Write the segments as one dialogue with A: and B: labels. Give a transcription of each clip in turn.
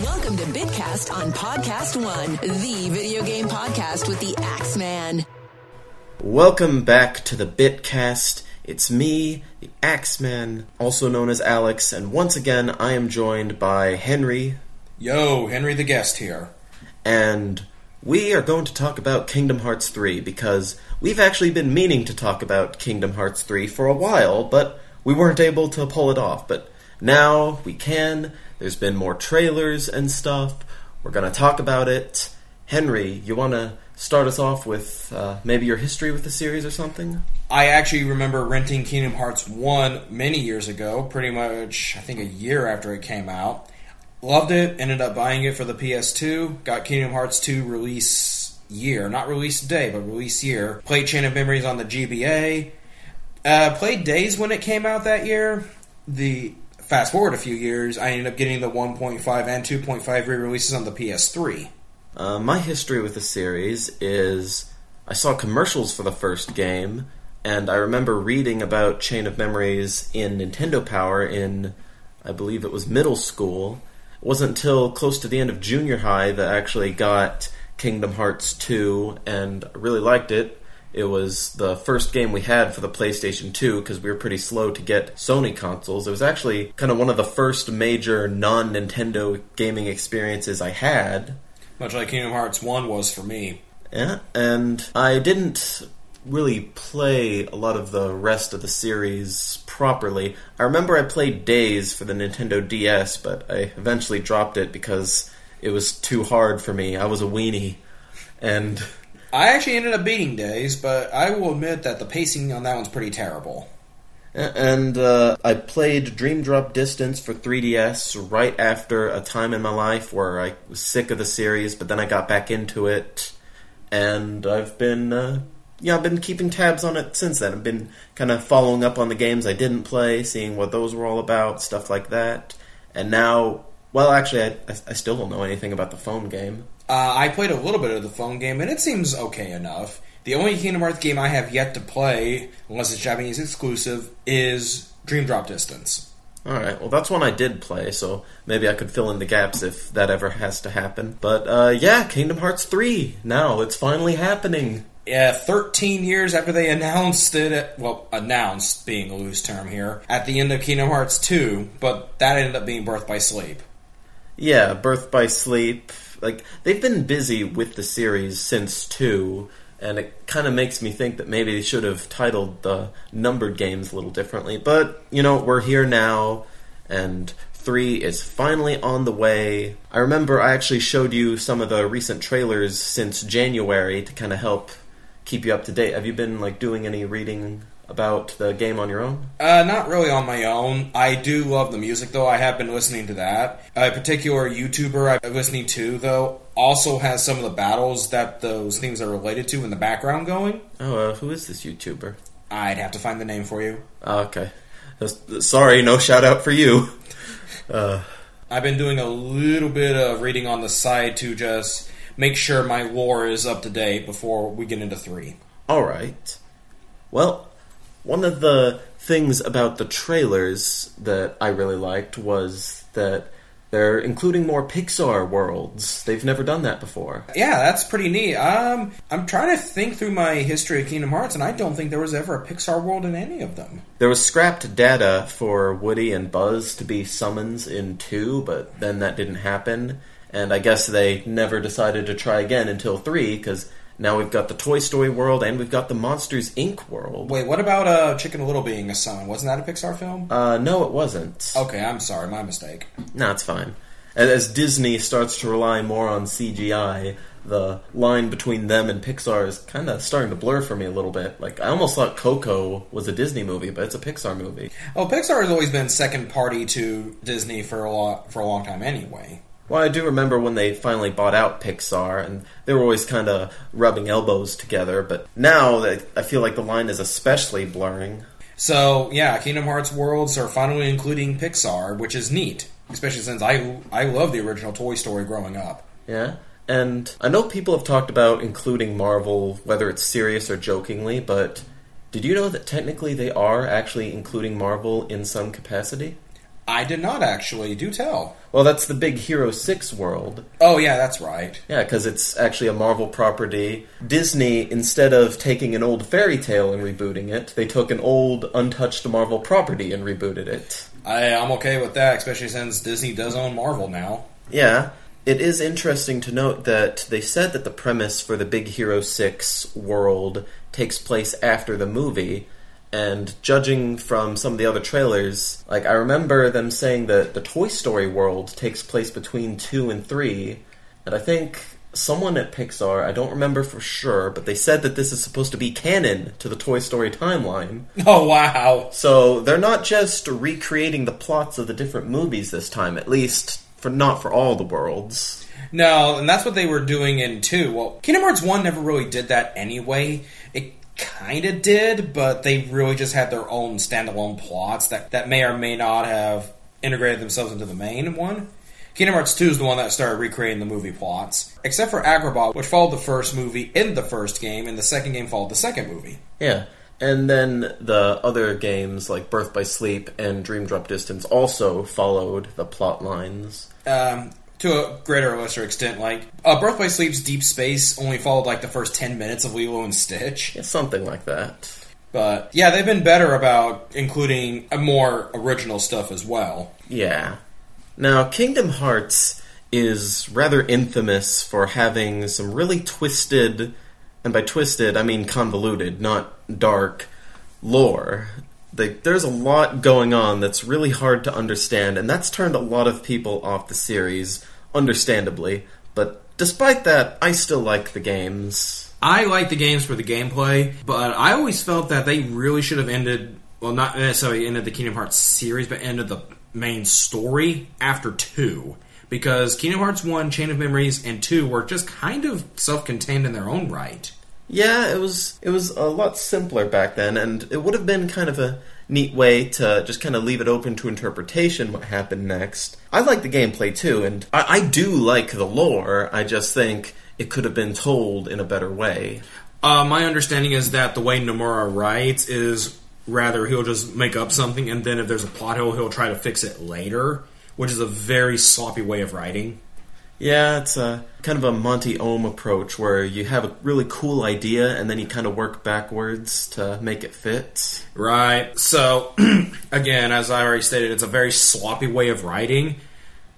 A: Welcome to Bidcast on Podcast One, the video game podcast with the Axeman.
B: Welcome back to the Bitcast. It's me, the Axeman, also known as Alex, and once again I am joined by Henry,
C: Yo, Henry the guest here.
B: and we are going to talk about Kingdom Hearts 3 because we've actually been meaning to talk about Kingdom Hearts 3 for a while, but we weren't able to pull it off. But now we can. There's been more trailers and stuff. We're going to talk about it. Henry, you want to start us off with uh, maybe your history with the series or something?
C: I actually remember renting Kingdom Hearts 1 many years ago, pretty much, I think, a year after it came out. Loved it, ended up buying it for the PS2, got Kingdom Hearts 2 release year, not release day, but release year. Played Chain of Memories on the GBA, uh, played Days when it came out that year. The fast forward a few years, I ended up getting the 1.5 and 2.5 re-releases on the PS3.
B: Uh, my history with the series is I saw commercials for the first game, and I remember reading about Chain of Memories in Nintendo Power in, I believe it was middle school. It wasn't until close to the end of junior high that I actually got Kingdom Hearts 2, and I really liked it. It was the first game we had for the PlayStation 2 because we were pretty slow to get Sony consoles. It was actually kind of one of the first major non Nintendo gaming experiences I had.
C: Much like Kingdom Hearts 1 was for me.
B: Yeah, and I didn't really play a lot of the rest of the series properly. I remember I played Days for the Nintendo DS, but I eventually dropped it because it was too hard for me. I was a weenie. And
C: I actually ended up beating Days, but I will admit that the pacing on that one's pretty terrible.
B: and uh, I played Dream Drop Distance for 3DS right after a time in my life where I was sick of the series, but then I got back into it, and I've been uh, yeah I've been keeping tabs on it since then. I've been kind of following up on the games I didn't play, seeing what those were all about, stuff like that, and now. Well, actually, I, I- I still don't know anything about the phone game.
C: Uh, I played a little bit of the phone game, and it seems okay enough. The only Kingdom Hearts game I have yet to play, unless it's Japanese exclusive, is Dream Drop Distance.
B: All right. Well, that's one I did play, so maybe I could fill in the gaps if that ever has to happen. But uh, yeah, Kingdom Hearts three. Now it's finally happening.
C: Uh, 13 years after they announced it, at, well, announced being a loose term here, at the end of Kingdom Hearts 2, but that ended up being Birth by Sleep.
B: Yeah, Birth by Sleep. Like they've been busy with the series since two, and it kind of makes me think that maybe they should have titled the numbered games a little differently. But you know, we're here now, and three is finally on the way. I remember I actually showed you some of the recent trailers since January to kind of help keep you up to date. Have you been like doing any reading about the game on your own?
C: Uh, not really on my own. I do love the music, though. I have been listening to that. A particular YouTuber I've been listening to, though, also has some of the battles that those things are related to in the background going.
B: Oh, uh, who is this YouTuber? Ah,
C: I'd have to find the name for you.
B: Okay. That's- Sorry, no shout out for you. Uh,
C: I've been doing a little bit of reading on the side to just make sure my lore is up to date before we get into three.
B: all right. Well, one of the things about the trailers that I really liked was that they're including more Pixar worlds. They've never done that before.
C: Yeah, that's pretty neat. Um, I'm trying to think through my history of Kingdom Hearts, and I don't think there was ever a Pixar world in any of them.
B: There was scrapped data for Woody and Buzz to be summons in 2, but then that didn't happen. And I guess they never decided to try again until 3, because now we've got the Toy Story world and we've got the Monsters, Inc. world.
C: Wait, what about uh, Chicken Little being a son? Wasn't that a Pixar film?
B: Uh, no, it wasn't.
C: Okay, I'm sorry, my mistake.
B: No, it's fine. As, as Disney starts to rely more on CGI, the line between them and Pixar is kind of starting to blur for me a little bit. Like, I almost thought Coco was a Disney movie, but it's a Pixar movie.
C: Oh, Pixar has always been second party to Disney for a lot, for a long time anyway.
B: Well, I do remember when they finally bought out Pixar, and they were always kind of rubbing elbows together, but now that I feel like the line is especially blurring.
C: So yeah, Kingdom Hearts worlds are finally including Pixar, which is neat, especially since I I love the original Toy Story growing up.
B: Yeah. And I know people have talked about including Marvel, whether it's serious or jokingly, but did you know that technically they are actually including Marvel in some capacity?
C: I did not actually. Do tell.
B: Well, that's the big Hero 6 world.
C: Oh yeah, that's right.
B: Yeah, because it's actually a Marvel property. Disney, instead of taking an old fairy tale and rebooting it, they took an old, untouched Marvel property and rebooted it.
C: I, I'm okay with that, especially since Disney does own Marvel now.
B: Yeah. It is interesting to note that they said that the premise for the Big Hero 6 world takes place after the movie. And judging from some of the other trailers, like I remember them saying that the Toy Story world takes place between 2 and 3. And I think someone at Pixar, I don't remember for sure, but they said that this is supposed to be canon to the Toy Story timeline.
C: Oh wow.
B: So they're not just recreating the plots of the different movies this time, at least for not for all the worlds.
C: No, and that's what they were doing in two. Well, Kingdom Hearts one never really did that anyway. It kind of did, but they really just had their own standalone plots that that may or may not have integrated themselves into the main one. Kingdom Hearts 2 is the one that started recreating the movie plots, except for Agrabah, which followed the first movie in the first game, and the second game followed the second movie.
B: Yeah. And then the other games like Birth by Sleep and Dream Drop Distance also followed the plot lines.
C: um, to a greater or lesser extent. Like uh, Birth by Sleep's Deep Space only followed like the first ten minutes of Lilo and Stitch,
B: Yeah, something like that.
C: but yeah, they've been better about including uh, more original stuff as well.
B: Yeah. Now, Kingdom Hearts is rather infamous for having some really twisted, and by twisted, I mean convoluted, not dark, lore. Like, there's a lot going on that's really hard to understand, and that's turned a lot of people off the series, understandably. But despite that, I still like the games.
C: I like the games for the gameplay, but I always felt that they really should have ended. Well, not necessarily ended the Kingdom Hearts series, but ended the main story after two. Because Kingdom Hearts 1, Chain of Memories, and 2 were just kind of self contained in their own right.
B: Yeah, it was it was a lot simpler back then, and it would have been kind of a neat way to just kind of leave it open to interpretation what happened next. I like the gameplay too, and I, I do like the lore. I just think it could have been told in a better way.
C: Uh, my understanding is that the way Nomura writes is rather he'll just make up something, and then if there's a plot hole, he'll try to fix it later, which is a very sloppy way of writing.
B: Yeah, it's a kind of a Monty Ohm approach where you have a really cool idea and then you kind of work backwards to make it fit.
C: Right. So, again, as I already stated, it's a very sloppy way of writing.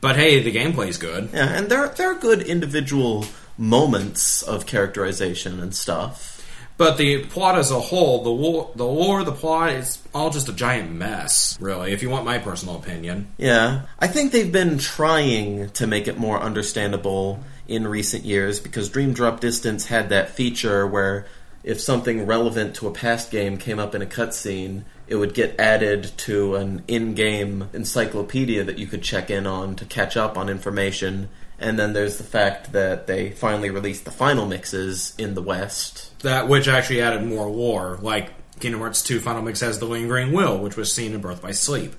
C: But hey, the gameplay's good.
B: Yeah, and there there are good individual moments of characterization and stuff.
C: But the plot as a whole, the lore, the lore, the plot, it's all just a giant mess, really, if you want my personal opinion.
B: Yeah. I think they've been trying to make it more understandable in recent years because Dream Drop Distance had that feature where if something relevant to a past game came up in a cutscene, it would get added to an in game encyclopedia that you could check in on to catch up on information. And then there's the fact that they finally released the final mixes in the West.
C: That which actually added more lore, like Kingdom Hearts 2 Final Mix has the lingering will, which was seen in Birth by Sleep.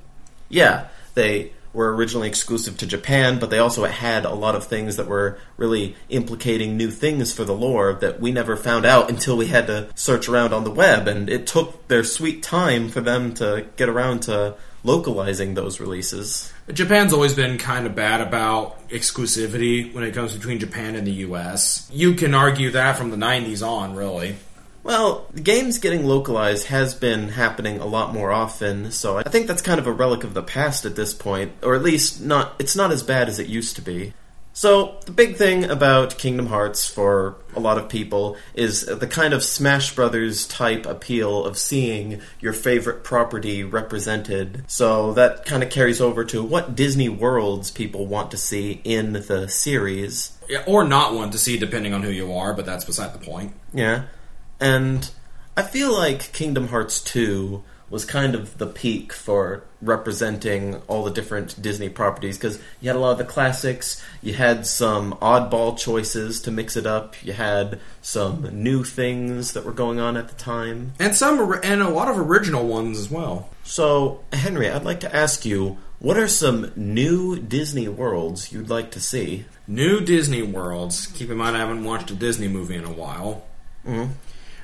B: yeah, they were originally exclusive to Japan, but they also had a lot of things that were really implicating new things for the lore that we never found out until we had to search around on the web, and it took their sweet time for them to get around to localizing those releases.
C: Japan's always been kind of bad about exclusivity when it comes between Japan and the US. You can argue that from the 90s on, really.
B: Well, the games getting localized has been happening a lot more often, so I think that's kind of a relic of the past at this point, or at least not it's not as bad as it used to be. So, the big thing about Kingdom Hearts for a lot of people is the kind of Smash Brothers type appeal of seeing your favorite property represented. So, that kind of carries over to what Disney worlds people want to see in the series.
C: Yeah, or not one to see, depending on who you are, but that's beside the point.
B: Yeah. And I feel like Kingdom Hearts 2 was kind of the peak for representing all the different Disney properties because you had a lot of the classics, you had some oddball choices to mix it up, you had some new things that were going on at the time.
C: And some, or- and a lot of original ones as well.
B: So, Henry, I'd like to ask you what are some new Disney worlds you'd like to see?
C: New Disney worlds. Keep in mind, I haven't watched a Disney movie in a while.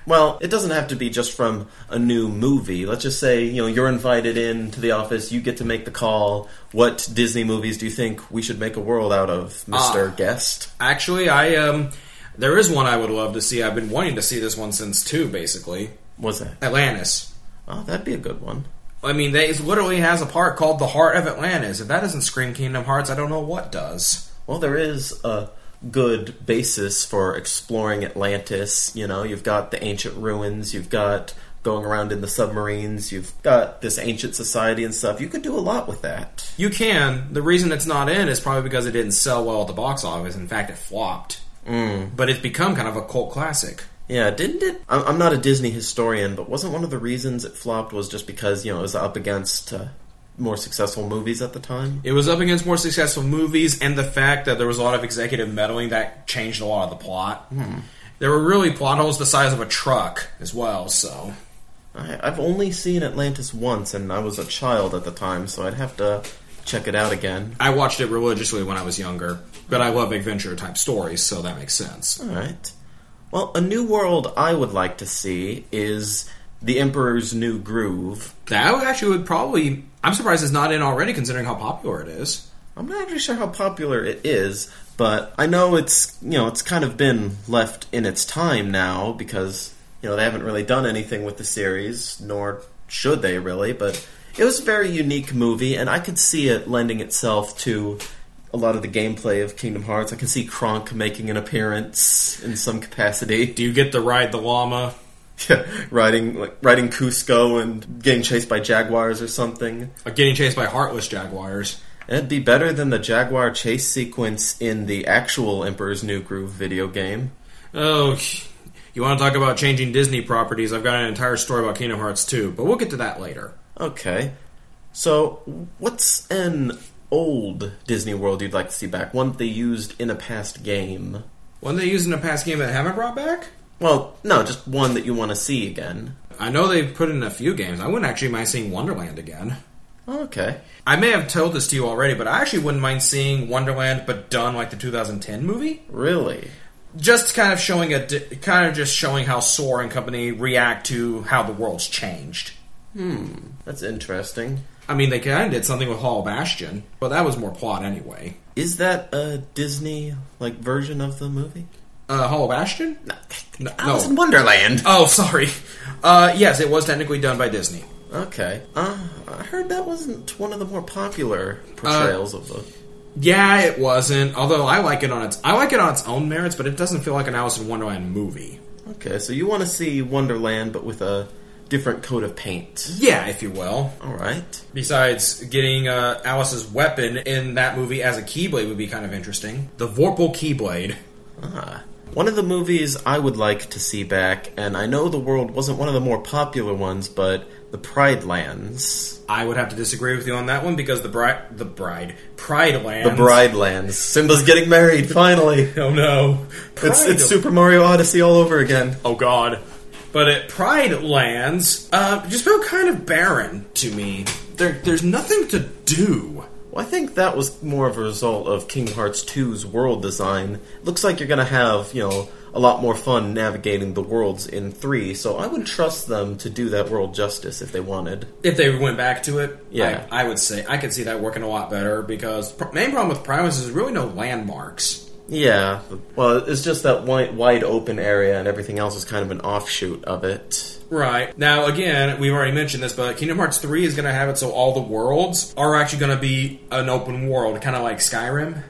B: Well, it doesn't have to be just from a new movie. Let's just say, you know, you're invited in to the office, you get to make the call. What Disney movies do you think we should make a world out of, Mr. Guest?
C: Actually, I um, there is one I would love to see. I've been wanting to see this one since two, basically.
B: What's that?
C: Atlantis.
B: Oh, that'd be a good one.
C: I mean, they it literally has a park called the Heart of Atlantis. If that doesn't scream Kingdom Hearts, I don't know what does.
B: Well, there is a good basis for exploring Atlantis. You know, you've got the ancient ruins, you've got going around in the submarines, you've got this ancient society and stuff. You could do a lot with that.
C: You can. The reason it's not in is probably because it didn't sell well at the box office. In fact, it flopped. Mm. But it's become kind of a cult classic.
B: Yeah, didn't it? I'm I'm not a Disney historian, but wasn't one of the reasons it flopped was just because, you know, it was up against uh, more successful movies at the time?
C: It was up against more successful movies, and the fact that there was a lot of executive meddling that changed a lot of the plot. There were really plot holes the size of a truck as well. So
B: I, I've only seen Atlantis once, and I was a child at the time, so I'd have to check it out again.
C: I watched it religiously when I was younger, but I love adventure type stories, so that makes sense.
B: All right. Well, a new world I would like to see is The Emperor's New Groove.
C: That would actually would probably. I'm surprised it's not in already, considering how popular it is.
B: I'm not actually sure how popular it is, but I know it's you know it's kind of been left in its time now because you know they haven't really done anything with the series, nor should they really. But it was a very unique movie, and I could see it lending itself to a lot of the gameplay of Kingdom Hearts. I can see Kronk making an appearance in some capacity,
C: Do you get to ride the llama?
B: riding like riding Cusco and getting chased by jaguars or something.
C: Or uh, getting chased by heartless jaguars?
B: It'd be better than the Jaguar chase sequence in the actual Emperor's New Groove video game.
C: Oh, you want to talk about changing Disney properties? I've got an entire story about Kingdom Hearts 2, but we'll get to that later.
B: Okay. So, what's an old Disney World you'd like to see back? One that they used in a past game?
C: One they used in a past game that haven't brought back?
B: Well, no, just one that you want to see again.
C: I know they've put in a few games. I wouldn't actually mind seeing Wonderland again.
B: Okay.
C: I may have told this to you already, but I actually wouldn't mind seeing Wonderland, but done like the 2010 movie.
B: Really?
C: Just kind of showing a, di- kind of just showing how Sora and company react to how the world's changed.
B: That's interesting.
C: I mean, they kind of did something with Hall of Bastion, but that was more plot anyway.
B: Is that a Disney like version of the movie?
C: Uh, Hall of Bastion? No.
B: Alice in Wonderland.
C: Oh, sorry. Uh, yes, it was technically done by Disney.
B: Okay. Uh, I heard that wasn't one of the more popular portrayals
C: Uh,
B: of the
C: Yeah, it wasn't. Although I like it on its, I like it on its own merits, but it doesn't feel like an Alice in Wonderland movie.
B: Okay, so you want to see Wonderland, but with a different coat of paint.
C: Yeah, if you will.
B: All right.
C: Besides, getting uh, Alice's weapon in that movie as a Keyblade would be kind of interesting. The Vorpal Keyblade.
B: Ah. One of the movies I would like to see back, and I know the world wasn't one of the more popular ones, but The Pride Lands.
C: I would have to disagree with you on that one because the bride, the bride, Pride Land.
B: The Bride Lands. Simba's getting married, finally.
C: Oh no,
B: It's,
C: Pride-
B: it's Super Mario Odyssey all over again.
C: Oh God. But at Pride Lands, uh, just felt kind of barren to me. There, there's nothing to do.
B: Well, Oh, I think that was more of a result of Kingdom Hearts 2's world design. Looks like you're going to have, you know, a lot more fun navigating the worlds in 3, so I would trust them to do that world justice if they wanted.
C: If they went back to it,
B: Yeah.
C: I, I would say I could see that working a lot better because pr- main problem with Pride Lands is there's really no landmarks.
B: Yeah, well, it's just that wide, wide open area, and everything else is kind of an offshoot of it.
C: Right. Now, again, we've already mentioned this, but Kingdom Hearts 3 is going to have it so all the worlds are actually going to be an open world, kind of like Skyrim.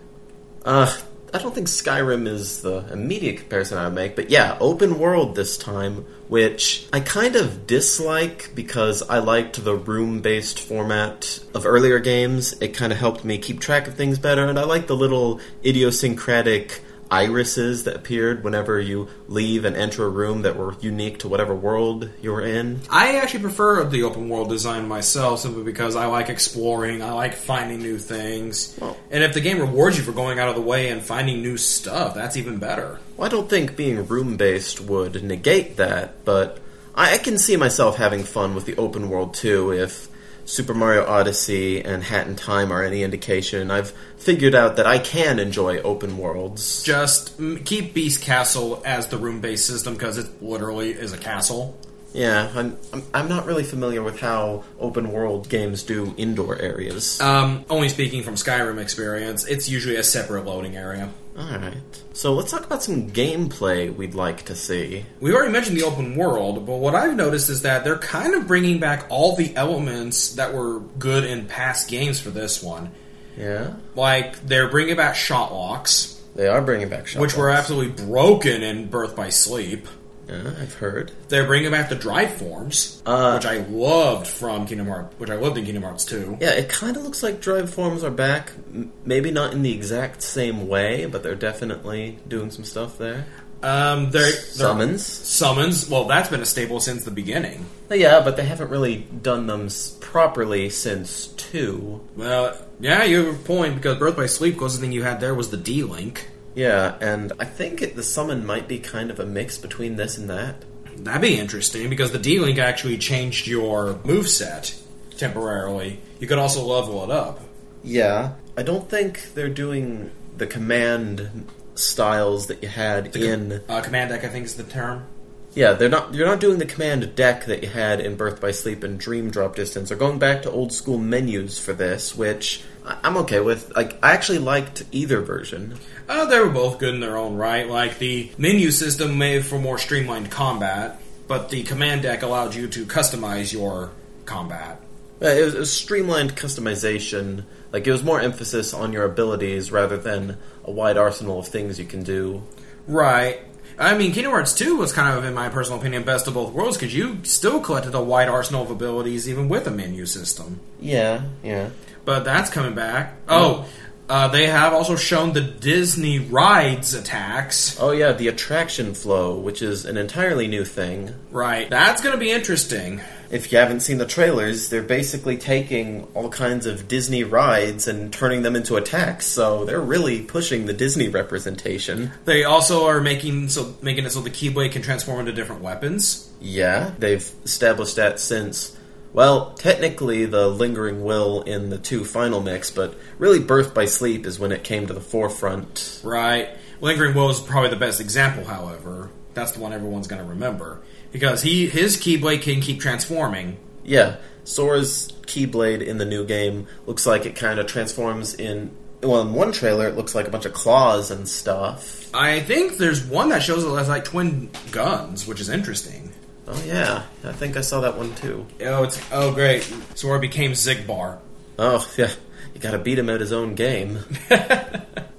B: Uh, I don't think Skyrim is the immediate comparison I would make, but yeah, open world this time, which I kind of dislike because I liked the room based format of earlier games. It kind of helped me keep track of things better, and I like the little idiosyncratic irises that appeared whenever you leave and enter a room that were unique to whatever world you were in.
C: I actually prefer the open world design myself simply because I like exploring, I like finding new things.
B: Well-
C: and if the game rewards you for going out of the way and finding new stuff, that's even better.
B: Well, I don't think being room based would negate that, but I, I can see myself having fun with the open world too if Super Mario Odyssey and Hat in Time are any indication, I've figured out that I can enjoy open worlds.
C: Just mm, keep Beast Castle as the room based system because it literally is a castle.
B: Yeah, I'm, I'm I'm not really familiar with how open world games do indoor areas.
C: Um, only speaking from Skyrim experience, it's usually a separate loading area.
B: All right. So let's talk about some gameplay we'd like to see.
C: We already mentioned the open world, but what I've noticed is that they're kind of bringing back all the elements that were good in past games for this one.
B: Yeah.
C: Like, they're bringing back shot locks,
B: They are bringing back shot.
C: which were
B: locks.
C: absolutely broken in Birth by Sleep.
B: Yeah, I've heard.
C: They're bringing back the drive forms,
B: Uh,
C: which I loved from Kingdom Hearts, which I loved in Kingdom Hearts 2.
B: Yeah, it kind of looks like drive forms are back. M- Maybe not in the exact same way, but they're definitely doing some stuff there.
C: Um, they're, they're-
B: Summons. Uh,
C: Summons. Well, that's been a staple since the beginning.
B: Yeah, but they haven't really done them s- properly since two.
C: Well, yeah, you have a point because Birth by Sleep, closest thing you had there was the D Link.
B: Yeah, and I think it, the summon might be kind of a mix between this and that.
C: That'd be interesting because the D Link actually changed your moveset temporarily. You could also level it up.
B: Yeah, I don't think they're doing the command styles that you had in.
C: Uh, command deck, I think, is the term.
B: Yeah, they're not. You're not doing the command deck that you had in Birth by Sleep and Dream Drop Distance. They're going back to old school menus for this, which I- I'm okay with. Like, I actually liked either version.
C: Uh, they were both good in their own right. Like the menu system made for more streamlined combat, but the command deck allowed you to customize your combat.
B: Uh, It was, it was streamlined customization. Like, it was more emphasis on your abilities rather than a wide arsenal of things you can do.
C: Right. I mean, Kingdom Hearts 2 was kind of, in my personal opinion, best of both worlds because you still collected a wide arsenal of abilities even with a menu system.
B: Yeah, yeah.
C: But that's coming back. Oh, uh, they have also shown the Disney rides attacks.
B: Oh yeah, the attraction flow, which is an entirely new thing.
C: Right. That's going to be interesting.
B: If you haven't seen the trailers, they're basically taking all kinds of Disney rides and turning them into attacks, so they're really pushing the Disney representation.
C: They also are making so making it so the Keyblade can transform into different weapons.
B: Yeah, they've established that since well, technically the lingering will in the two final mix, but really Birth by Sleep is when it came to the forefront.
C: Right. Lingering Will is probably the best example, however. That's the one everyone's going to remember because he his Keyblade can keep transforming.
B: Yeah, Sora's Keyblade in the new game looks like it kind of transforms in. Well, in one trailer, it looks like a bunch of claws and stuff.
C: I think there's one that shows it has like twin guns, which is interesting.
B: Oh, yeah. I think I saw that one too.
C: Oh, it's oh great. Sora became Zigbar.
B: Oh, yeah. You gotta beat him at his own game.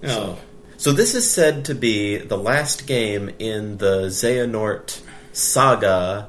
C: Oh.
B: So, this is said to be the last game in the Xehanort saga,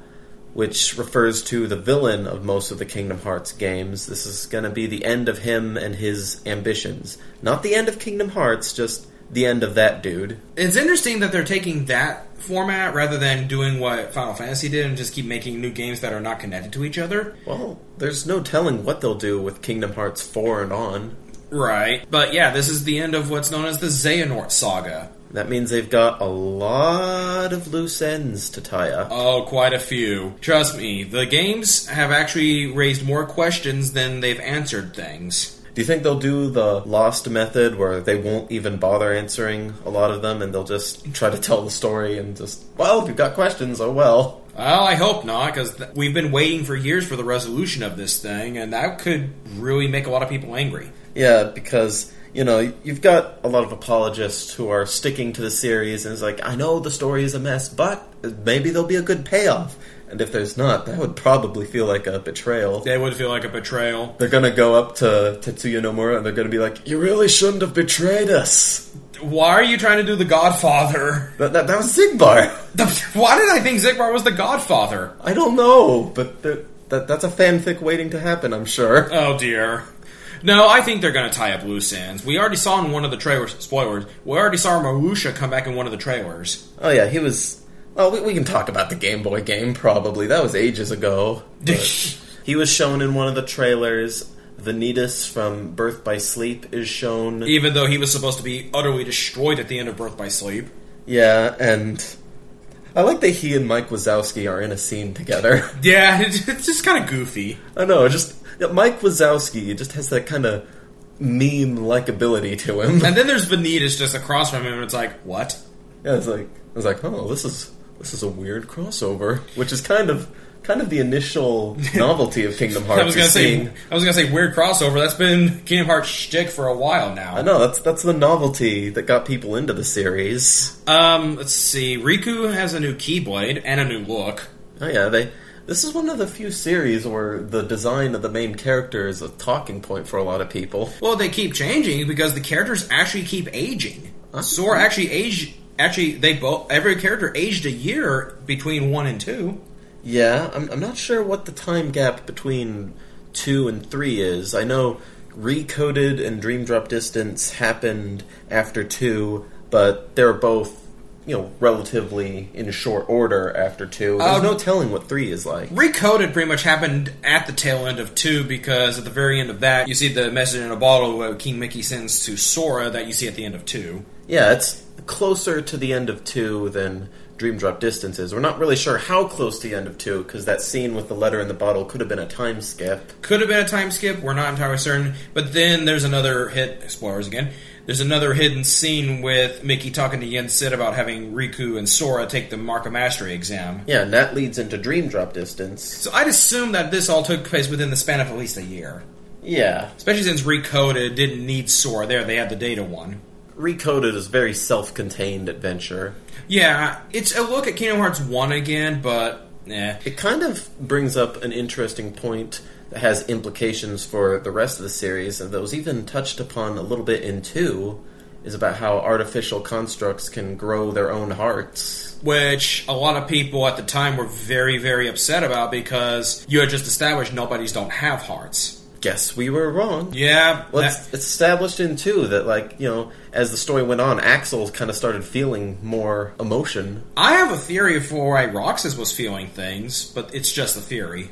B: which refers to the villain of most of the Kingdom Hearts games. This is gonna be the end of him and his ambitions. Not the end of Kingdom Hearts, just the end of that dude.
C: It's interesting that they're taking that format rather than doing what Final Fantasy did and just keep making new games that are not connected to each other.
B: Well, there's no telling what they'll do with Kingdom Hearts 4 and on.
C: Right. But yeah, this is the end of what's known as the Xehanort saga.
B: That means they've got a lot of loose ends to tie up.
C: Oh, quite a few. Trust me, the games have actually raised more questions than they've answered things.
B: Do you think they'll do the lost method where they won't even bother answering a lot of them and they'll just try to tell the story and just, well, if you've got questions, oh well.
C: Well, I hope not, because th- we've been waiting for years for the resolution of this thing, and that could really make a lot of people angry.
B: Yeah, because you know you've got a lot of apologists who are sticking to the series, and it's like I know the story is a mess, but maybe there'll be a good payoff. And if there's not, that would probably feel like a betrayal.
C: They would feel like a betrayal.
B: They're gonna go up to Tetsuya Nomura and they're gonna be like, "You really shouldn't have betrayed us."
C: Why are you trying to do the Godfather?
B: That that, that was Zigbar.
C: Why did I think Zigbar was the Godfather?
B: I don't know, but the, that that's a fanfic waiting to happen, I'm sure.
C: Oh dear. No, I think they're going to tie up loose ends. We already saw in one of the trailers, spoilers, we already saw Marusha come back in one of the trailers.
B: Oh yeah, he was. Oh, we, we can talk about the Game Boy game probably. That was ages ago. He was shown in one of the trailers. Vanitas from Birth by Sleep is shown.
C: Even though he was supposed to be utterly destroyed at the end of Birth by Sleep.
B: Yeah, and I like that he and Mike Wazowski are in a scene together.
C: Yeah, it's, it's just kind of goofy.
B: I know, just yeah, Mike Wazowski just has that kind of meme likability to him.
C: And then there's Vanitas just across from him, and it's like, what?
B: Yeah, it's like I was like, oh, this is this is a weird crossover, which is kind of kind of the initial novelty of Kingdom Hearts.
C: I was gonna
B: is
C: say,
B: seeing-
C: I was gonna say weird crossover. That's been Kingdom Hearts shtick for a while
B: I
C: now.
B: know that's that's the novelty that got people into the series.
C: Um, let's see. Riku has a new Keyblade and a new look.
B: Oh yeah, they. This is one of the few series where the design of the main character is a talking point for a lot of people.
C: Well, they keep changing because the characters actually keep aging. Sora actually aged. Actually, they both every character aged a year between one and two.
B: Yeah, I'm, I'm not sure what the time gap between two and three is. I know Recoded and Dream Drop Distance happened after two, but they're both, you know, relatively in short order after two. There's
C: Um,
B: no telling what three is like.
C: Recoded pretty much happened at the tail end of two because at the very end of that you see the message in a bottle that King Mickey sends to Sora that you see at the end of two.
B: Yeah, it's closer to the end of two than Dream Drop Distance is. We're not really sure how close to the end of two, because that scene with the letter in the bottle could have been a time skip.
C: Could have been a time skip. We're not entirely certain. But then there's another hit. Spoilers again. There's another hidden scene with Mickey talking to Yen Sid about having Riku and Sora take the Mark of Mastery exam.
B: Yeah, and that leads into Dream Drop Distance.
C: So I'd assume that this all took place within the span of at least a year.
B: Yeah,
C: Especially since Recoded didn't need Sora there, they had the data one.
B: Recoded is very self-contained adventure.
C: Yeah, it's a look at Kingdom Hearts 1 again, but eh.
B: It kind of brings up an interesting point that has implications for the rest of the series, and that was even touched upon a little bit in two, is about how artificial constructs can grow their own hearts.
C: Which a lot of people at the time were very, very upset about because you had just established nobodies don't have hearts.
B: Guess we were wrong.
C: Yeah,
B: Well,
C: that-
B: it's, it's established in two that, like, you know, as the story went on, Axel kind of started feeling more emotion.
C: I have a theory for why Roxas was feeling things, but it's just a theory.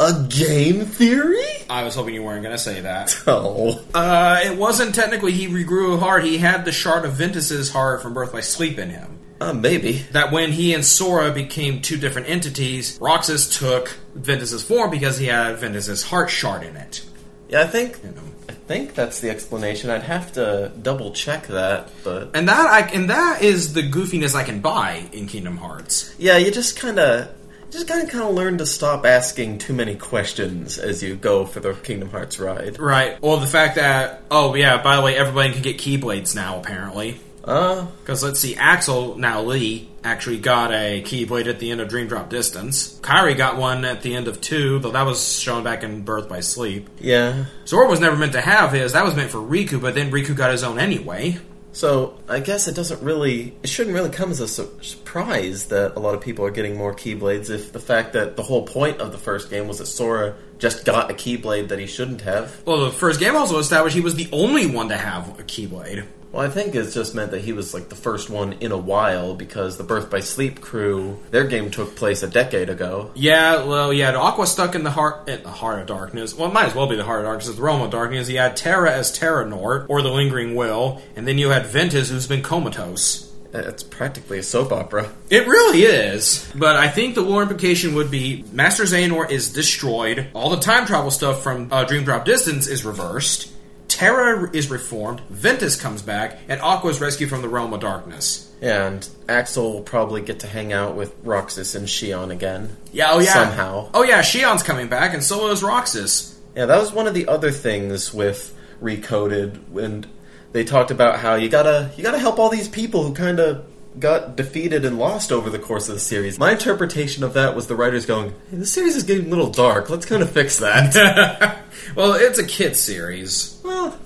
B: A game theory?
C: I was hoping you weren't going to say that.
B: Oh.
C: Uh, it wasn't technically he regrew a heart. He had the shard of Ventus's heart from Birth by Sleep in him.
B: Uh, maybe.
C: That when he and Sora became two different entities, Roxas took Ventus's form because he had Ventus's heart shard in it.
B: Yeah, I think
C: You know.
B: I think that's the explanation. I'd have to double check that, but
C: And that I and that is the goofiness I can buy in Kingdom Hearts.
B: yeah, you just kind of just kind of kind of learn to stop asking too many questions as you go for the Kingdom Hearts ride.
C: Right. Or the fact that oh yeah, by the way, everybody can get keyblades now apparently.
B: Uh,
C: Because let's see, Axel, now Lee, actually got a Keyblade at the end of Dream Drop Distance. Kyrie got one at the end of 2, though that was shown back in Birth by Sleep.
B: yeah.
C: Zora was never meant to have his, that was meant for Riku, but then Riku got his own anyway.
B: So I guess it doesn't really it shouldn't really come as a su- surprise that a lot of people are getting more keyblades if the fact that the whole point of the first game was that Sora just got a keyblade that he shouldn't have.
C: Well, the first game also established he was the only one to have a Keyblade.
B: Well, I think it's just meant that he was like the first one in a while because the Birth by Sleep crew, their game took place a decade ago.
C: Yeah, well, yeah, Aqua stuck in the heart, in the heart of darkness. Well, it might as well be the heart of darkness, it's the realm of darkness. You had Terra as Terranor, or the Lingering Will, and then you had Ventus, who's been comatose.
B: It's practically a soap opera.
C: It really is. But I think the lore implication would be Master Xehanort is destroyed. All the time travel stuff from uh, Dream Drop Distance is reversed. Terra is reformed. Ventus comes back. And Aqua is rescued from the Realm of Darkness.
B: And Axel will probably get to hang out with Roxas and Shion again.
C: Yeah, oh yeah.
B: Somehow.
C: Oh yeah, Shion's coming back, and so is Roxas.
B: Yeah, that was one of the other things with Recoded and they talked about how you gotta you gotta help all these people who kinda got defeated and lost over the course of the series. My interpretation of that was the writers going, hey, this series is getting a little dark, let's kinda fix that.
C: Well, it's a kid series.
B: well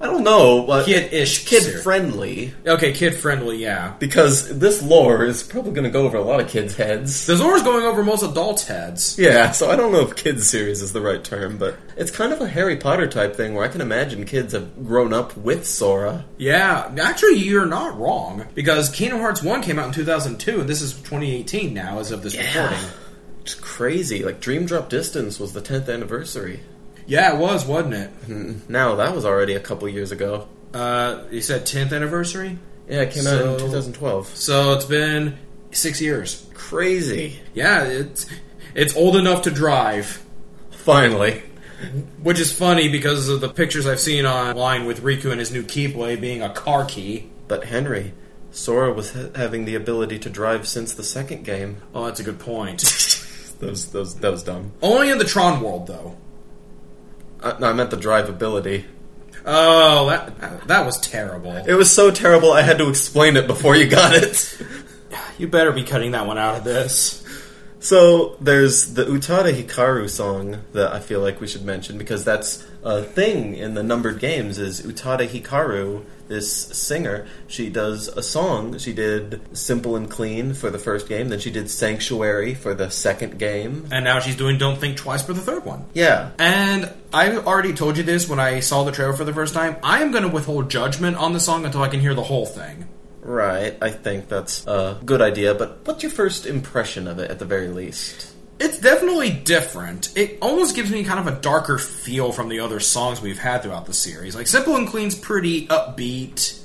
B: I don't know, but
C: Kid-ish
B: kid
C: series.
B: friendly.
C: Okay, kid friendly, yeah.
B: Because this lore is probably gonna go over a lot of kids' heads.
C: The Zora's going over most adults' heads.
B: Yeah, so I don't know if kids series is the right term, but it's kind of a Harry Potter type thing where I can imagine kids have grown up with Sora.
C: Yeah, actually, you're not wrong because Kingdom Hearts One came out in 2002, and this is 2018 now, as of this recording.
B: It's crazy. Like Dream Drop Distance was the 10th anniversary.
C: Yeah, it was, wasn't it?
B: Now that was already a couple years ago.
C: Uh, you said 10th anniversary,
B: Yeah, it came out
C: So-
B: in 2012.
C: so it's been Six years.
B: Crazy.
C: Yeah, it's it's old enough to drive.
B: Finally.
C: Which is funny because of the pictures I've seen online with Riku and his new Keyblade being a car key.
B: But Henry, Sora was ha- having the ability to drive since the second game.
C: Oh, that's a good point.
B: That was, that was, that was dumb.
C: Only in the Tron world, though.
B: Uh, no, I meant the drive ability.
C: Oh, that that was terrible.
B: It was so terrible I had to explain it before you got it.
C: You better be cutting that one out of this.
B: So there's the Utada Hikaru song that I feel like we should mention because that's a thing in the numbered games is Utada Hikaru, this singer, she does a song. She did Simple and Clean for the first game, then she did Sanctuary for the second game.
C: And now she's doing Don't Think Twice for the third one.
B: Yeah.
C: And I already told you this when I saw the trailer for the first time. I am going to withhold judgment on the song until I can hear the whole thing.
B: Right. I think that's a good idea, but what's your first impression of it at the very least?
C: It's definitely different. It almost gives me kind of a darker feel from the other songs we've had throughout the series. Like Simple and Clean's pretty upbeat.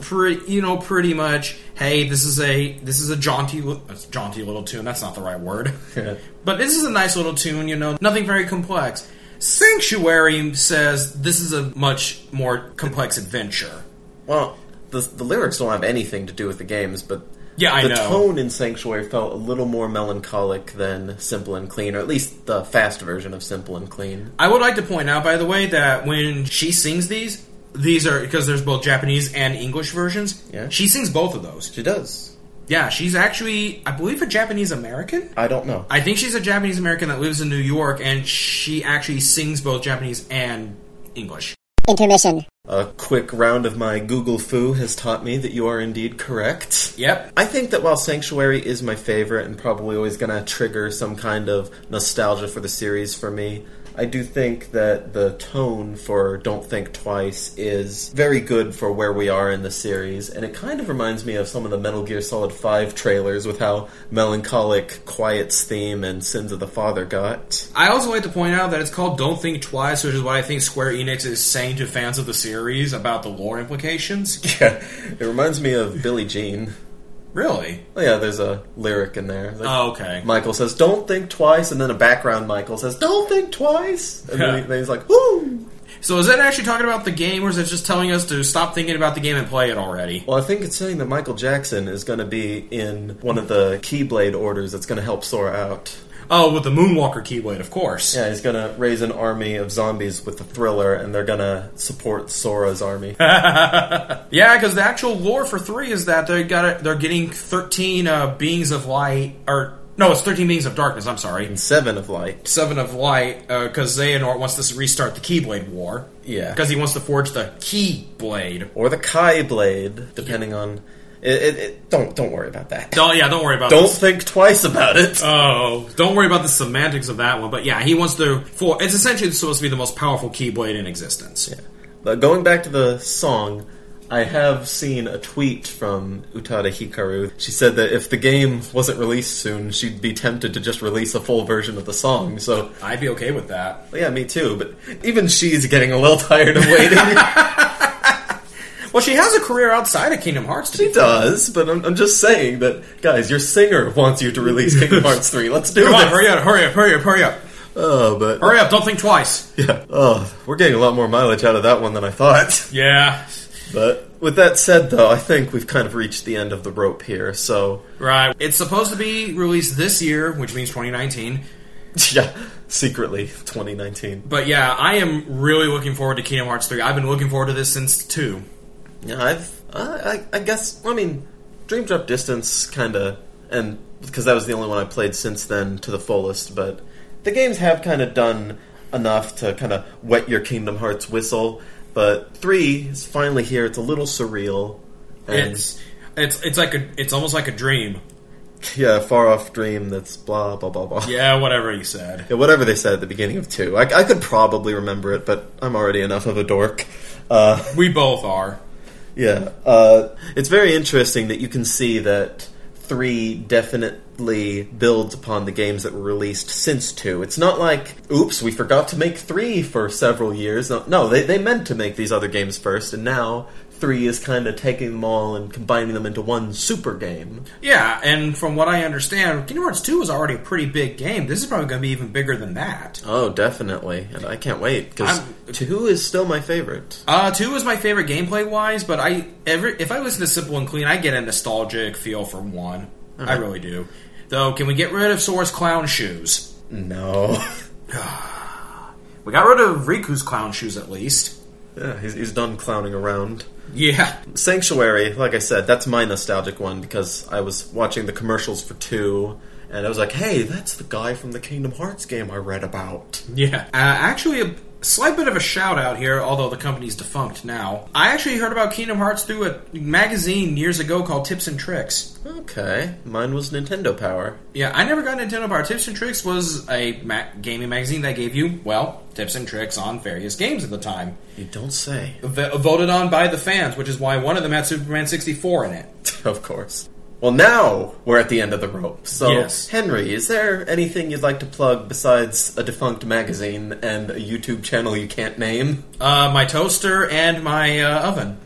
C: Pretty, you know, pretty much. Hey, this is a this is a jaunty, li- uh, jaunty little tune. That's not the right word, but this is a nice little tune. You know, nothing very complex. Sanctuary says this is a much more complex adventure.
B: Well, the, the lyrics don't have anything to do with the games, but
C: Yeah, I
B: the
C: know.
B: tone in Sanctuary felt a little more melancholic than Simple and Clean, or at least the fast version of Simple and Clean.
C: I would like to point out, by the way, that when she sings these, these are because there's both Japanese and English versions.
B: Yeah.
C: She sings both of those.
B: She does.
C: Yeah, she's actually, I believe, a Japanese American.
B: I don't know.
C: I think she's a Japanese American that lives in New York, and she actually sings both Japanese and English.
D: Intermission.
B: A quick round of my Google foo has taught me that you are indeed correct.
C: Yep.
B: I think that while Sanctuary is my favorite and probably always going to trigger some kind of nostalgia for the series for me, I do think that the tone for Don't Think Twice is very good for where we are in the series, and it kind of reminds me of some of the Metal Gear Solid 5 trailers with how melancholic Quiet's theme and Sins of the Father got.
C: I also like to point out that it's called Don't Think Twice, which is what I think Square Enix is saying to fans of the series about the lore implications.
B: Yeah, it reminds me of Billie Jean.
C: really?
B: Oh, yeah, there's a lyric in there. Like,
C: Oh, okay.
B: Michael says, "Don't think twice," and then a background Michael says, "Don't think twice," and then, he, then he's like, "Woo!"
C: So is that actually talking about the game, or is it just telling us to stop thinking about the game and play it already?
B: Well, I think it's saying that Michael Jackson is going to be in one of the Keyblade orders that's going to help Sora out.
C: Oh, with the Moonwalker Keyblade, of course.
B: Yeah, he's going to raise an army of zombies with the Thriller, and they're going to support Sora's army.
C: Yeah, because the actual lore for three is that they got they're getting thirteen uh, beings of light, or no, it's thirteen beings of darkness. I'm sorry,
B: Seven of Light.
C: seven of light, because Xehanort wants to restart the Keyblade War.
B: Yeah.
C: because he wants to forge the Keyblade.
B: or the Kai Blade, depending on. It, it, it, don't don't worry about that.
C: Don't yeah, don't worry about
B: Don't
C: this.
B: think twice about it.
C: Oh, don't worry about the semantics of that one. But yeah, he wants to. For it's essentially supposed to be the most powerful Keyblade in existence.
B: But going back to the song, I have seen a tweet from Utada Hikaru. She said that if the game wasn't released soon, she'd be tempted to just release a full version of the song. So,
C: I'd be okay with that.
B: yeah, me too. But even she's getting a little tired of waiting.
C: Well, she has a career outside of Kingdom Hearts. To
B: she
C: be
B: does, but I'm, I'm just saying that, guys, your singer wants you to release Kingdom Hearts 3. Let's do
C: come on,
B: it.
C: hurry up, hurry up, hurry up, hurry up,
B: Oh, but
C: hurry up! Don't think twice.
B: yeah. Oh, we're getting a lot more mileage out of that one than I thought.
C: Yeah,
B: But with that said, though, I think we've kind of reached the end of the rope here. So,
C: right. It's supposed to be released this year, which means 2019.
B: yeah, secretly 2019.
C: But yeah, I am really looking forward to Kingdom Hearts 3. I've been looking forward to this since two.
B: Yeah, I've. I, I, I guess. I mean, Dream Drop Distance kind of, and because that was the only one I played since then to the fullest. But the games have kind of done enough to kind of wet your Kingdom Hearts whistle. But three is finally here. It's a little surreal. And
C: It's it's it's like a it's almost like a dream.
B: yeah, far off dream. That's blah blah blah blah.
C: Yeah, whatever you said.
B: Yeah, whatever they said at the beginning of two, I, I could probably remember it, but I'm already enough of a dork. Uh,
C: We both are.
B: Yeah, uh, it's very interesting that you can see that three definitely builds upon the games that were released since two. It's not like, oops, we forgot to make three for several years. No, no they, they meant to make these other games first, and now three is kind of taking them all and combining them into one super game.
C: Yeah, and from what I understand, Kingdom Hearts 2 was already a pretty big game. This is probably going to be even bigger than that.
B: Oh, definitely, and I can't wait because
C: I'm-
B: two is still my favorite.
C: Uh, 2 was my favorite gameplay wise, but I every if I listen to Simple and Clean, I get a nostalgic feel from 1. I really do. Though, can we get rid of Sora's clown shoes?
B: No,
C: We got rid of Riku's clown shoes at least.
B: yeah, he's, he's done clowning around.
C: Yeah.
B: Sanctuary, like I said, that's my nostalgic one because I was watching the commercials for two, and I was like, "Hey, that's the guy from the Kingdom Hearts game I read about."
C: Yeah. Uh, actually, a slight bit of a shout out here, although the company's defunct now. I actually heard about Kingdom Hearts through a magazine years ago called Tips and Tricks.
B: Okay, mine was Nintendo Power.
C: Yeah, I never got Nintendo Power. Tips and Tricks was a ma- gaming magazine that gave you, well, tips and tricks on various games at the time.
B: You don't say.
C: V- voted on by the fans, which is why one of them had Superman 64 in it.
B: Of course. Well, now we're at the end of the rope. So,
C: Yes.
B: Henry, is there anything you'd like to plug besides a defunct magazine and a YouTube channel you can't name?
C: Uh, my toaster and my uh, oven.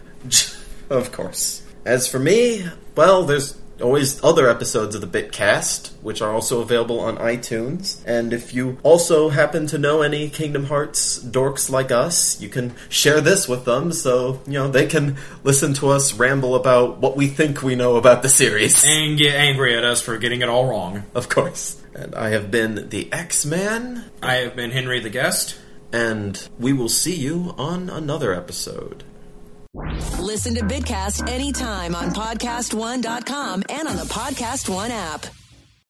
B: of course. As for me, well, there's always other episodes of the Bitcast, which are also available on iTunes. And if you also happen to know any Kingdom Hearts dorks like us, you can share this with them so, you know, they can listen to us ramble about what we think we know about the series.
C: And get angry at us for getting it all wrong.
B: Of course. And I have been the X Man,
C: I have been Henry the Guest.
B: and we will see you on another episode.
A: Listen to Bidcast anytime on podcast1.com and on the Podcast One app.